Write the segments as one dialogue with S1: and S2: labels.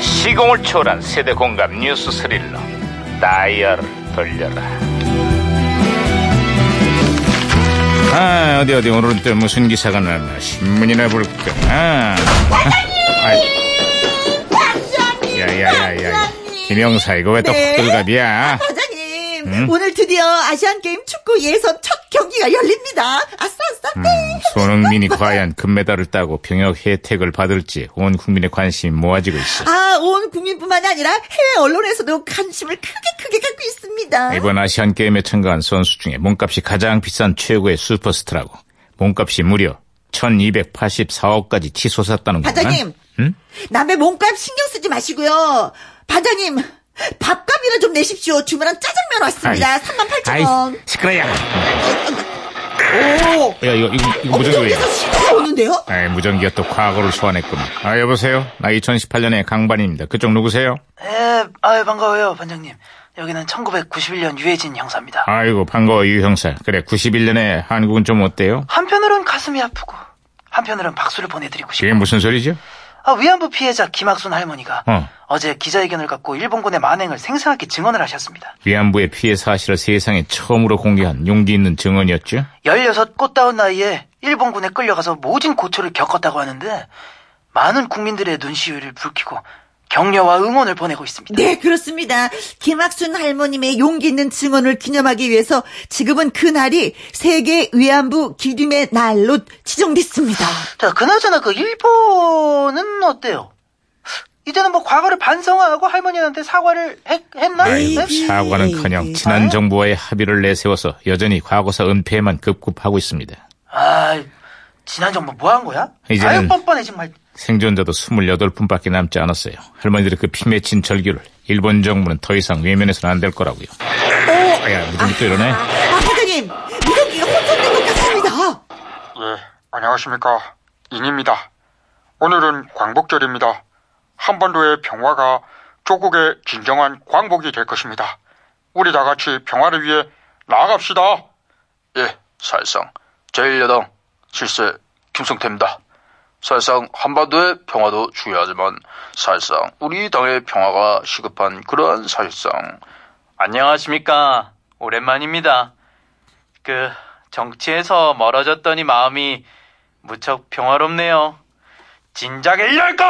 S1: 시공을 초월한 세대 공감 뉴스 스릴러 다이얼을 돌려라 아 어디 어디 오늘은 또 무슨 기사가 났나 신문이나 볼까 아. 사장님 야야야야
S2: 사장님!
S1: 김영사 이거 왜 또
S2: 네.
S1: 헛들갑이야
S2: 사장님,
S1: 음?
S2: 오늘 드디어 아시안게임 축구 예선 첫 경기가 열립니다. 아싸, 아싸, 네.
S1: 손흥민이 과연 금메달을 따고 병역 혜택을 받을지 온 국민의 관심이 모아지고 있어
S2: 아, 온 국민뿐만이 아니라 해외 언론에서도 관심을 크게 크게 갖고 있습니다.
S1: 이번 아시안 게임에 참가한 선수 중에 몸값이 가장 비싼 최고의 슈퍼스타라고. 몸값이 무려 1,284억까지 치솟았다는 거야.
S2: 반장님,
S1: 아, 음?
S2: 남의 몸값 신경 쓰지 마시고요. 반장님, 밥값이나 좀 내십시오. 주문한 짜장면 왔습니다. 38,000원. 어,
S1: 시끄러야.
S2: 오,
S1: 야 이거 이거 이거 무전기야.
S2: 엄청나서 신호가 오는데요?
S1: 아, 무전기가 또 과거를 소환했구만. 아 여보세요. 나 2018년의 강반입니다. 그쪽 누구세요?
S3: 예, 아유, 반가워요, 반장님. 여기는 1991년 유해진 형사입니다.
S1: 아이고 반가워 유 형사. 그래 91년에 한국은 좀 어때요?
S3: 한편으론 가슴이 아프고, 한편으론 박수를 보내드리고 싶고,
S1: 이게 무슨 소리죠?
S3: 아, 위안부 피해자 김학순 할머니가
S1: 어.
S3: 어. 제 기자회견을 갖고 일본군의 만행을 생생하게 증언을 하셨습니다.
S1: 위안부의 피해 사실을 세상에 처음으로 공개한 용기 있는 증언이었죠.
S3: 16 꽃다운 나이에 일본군에 끌려가서 모진 고초를 겪었다고 하는데, 많은 국민들의 눈시울을 붉히고, 격려와 응원을 보내고 있습니다.
S2: 네, 그렇습니다. 김학순 할머님의 용기 있는 증언을 기념하기 위해서 지금은 그날이 세계 위안부 기림의 날로 지정됐습니다.
S3: 자, 그나저나 그 일본은 어때요? 이제는 뭐 과거를 반성하고 할머니한테 사과를 했, 했나?
S1: 아이고,
S3: 네?
S1: 사과는커녕 지난 정부와의 합의를 내세워서 여전히 과거사 은폐에만 급급하고 있습니다.
S3: 아, 지난 정부 뭐 한 거야?
S1: 이제는-
S3: 아유 뻔뻔해 정말.
S1: 생존자도 28분밖에 남지 않았어요. 할머니들의 그 피맺힌 절규를 일본 정부는 더 이상 외면해서는 안 될 거라고요. 아, 야, 무슨 또 이러네?
S2: 아, 사장님, 무전기가 혼선된 것 같습니다.
S4: 예, 안녕하십니까. 인입니다. 오늘은 광복절입니다. 한반도의 평화가 조국의 진정한 광복이 될 것입니다. 우리 다 같이 평화를 위해 나아갑시다. 예, 사실상 제1여당 실세 김성태입니다. 사실상 한반도의 평화도 중요하지만 사실상 우리 당의 평화가 시급한 그러한 사실상
S5: 안녕하십니까. 오랜만입니다. 그, 정치에서 멀어졌더니 마음이 무척 평화롭네요. 진작에 이럴걸!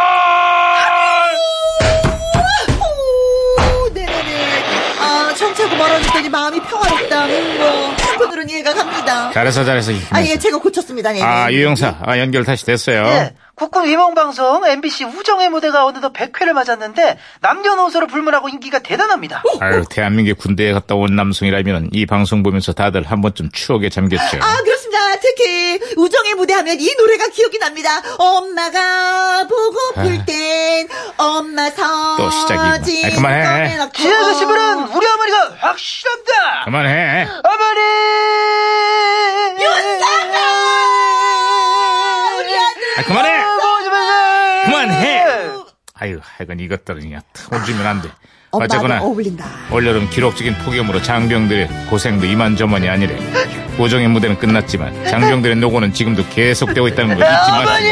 S2: 오, 네네네. 아, 정치하고 멀어졌더니 마음이 평화롭다. 음, 뭐, 한편으로는 이해가 갑니다.
S1: 잘해서 잘해서. 김
S2: 아, 예,
S1: 형사.
S2: 제가 고쳤습니다. 네.
S1: 아, 유영사. 아, 연결 다시 됐어요.
S3: 예, 국군 위명방송 MBC 우정의 무대가 어느덧 100회를 맞았는데 남녀노소로 불문하고 인기가 대단합니다.
S1: 아유, 대한민국 군대에 갔다 온 남성이라면 이 방송 보면서 다들 한 번쯤 추억에 잠겼죠.
S2: 아, 그렇습니다. 특히 우정의 무대 하면 이 노래가 기억이 납니다. 엄마가 보고플 땐 엄마
S1: 아. 또 시작이구만.
S2: 사진
S1: 아, 그만해.
S2: 꺼내놓고. 아,
S3: 지혜에서 시부는 우리 어, 어머니가 확실합니다.
S1: 그만해.
S3: 어머니.
S2: 윤상아! 우리 아들!
S1: 아, 그만해!
S3: 보고 싶으세요?
S1: 그만해! 아유, 하여간 이것들은 그냥 틀어주면 안 돼.
S2: 엄마가
S1: 어쨌거나.
S2: 어울린다.
S1: 올여름 기록적인 폭염으로 장병들의 고생도 이만저만이 아니래. 고정의 무대는 끝났지만 장병들의 노고는 지금도 계속되고 있다는 걸 잊지 마시고.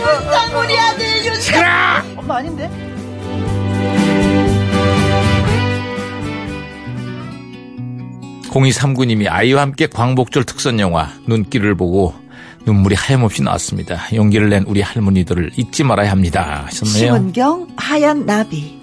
S2: 윤상 우리 아들 윤상!
S3: 엄마 아닌데?
S6: 공이 삼군님이 아이와 함께 광복절 특선 영화 눈길을 보고 눈물이 하염없이 나왔습니다. 용기를 낸 우리 할머니들을 잊지 말아야 합니다. 하셨네요.
S2: 심은경 하얀 나비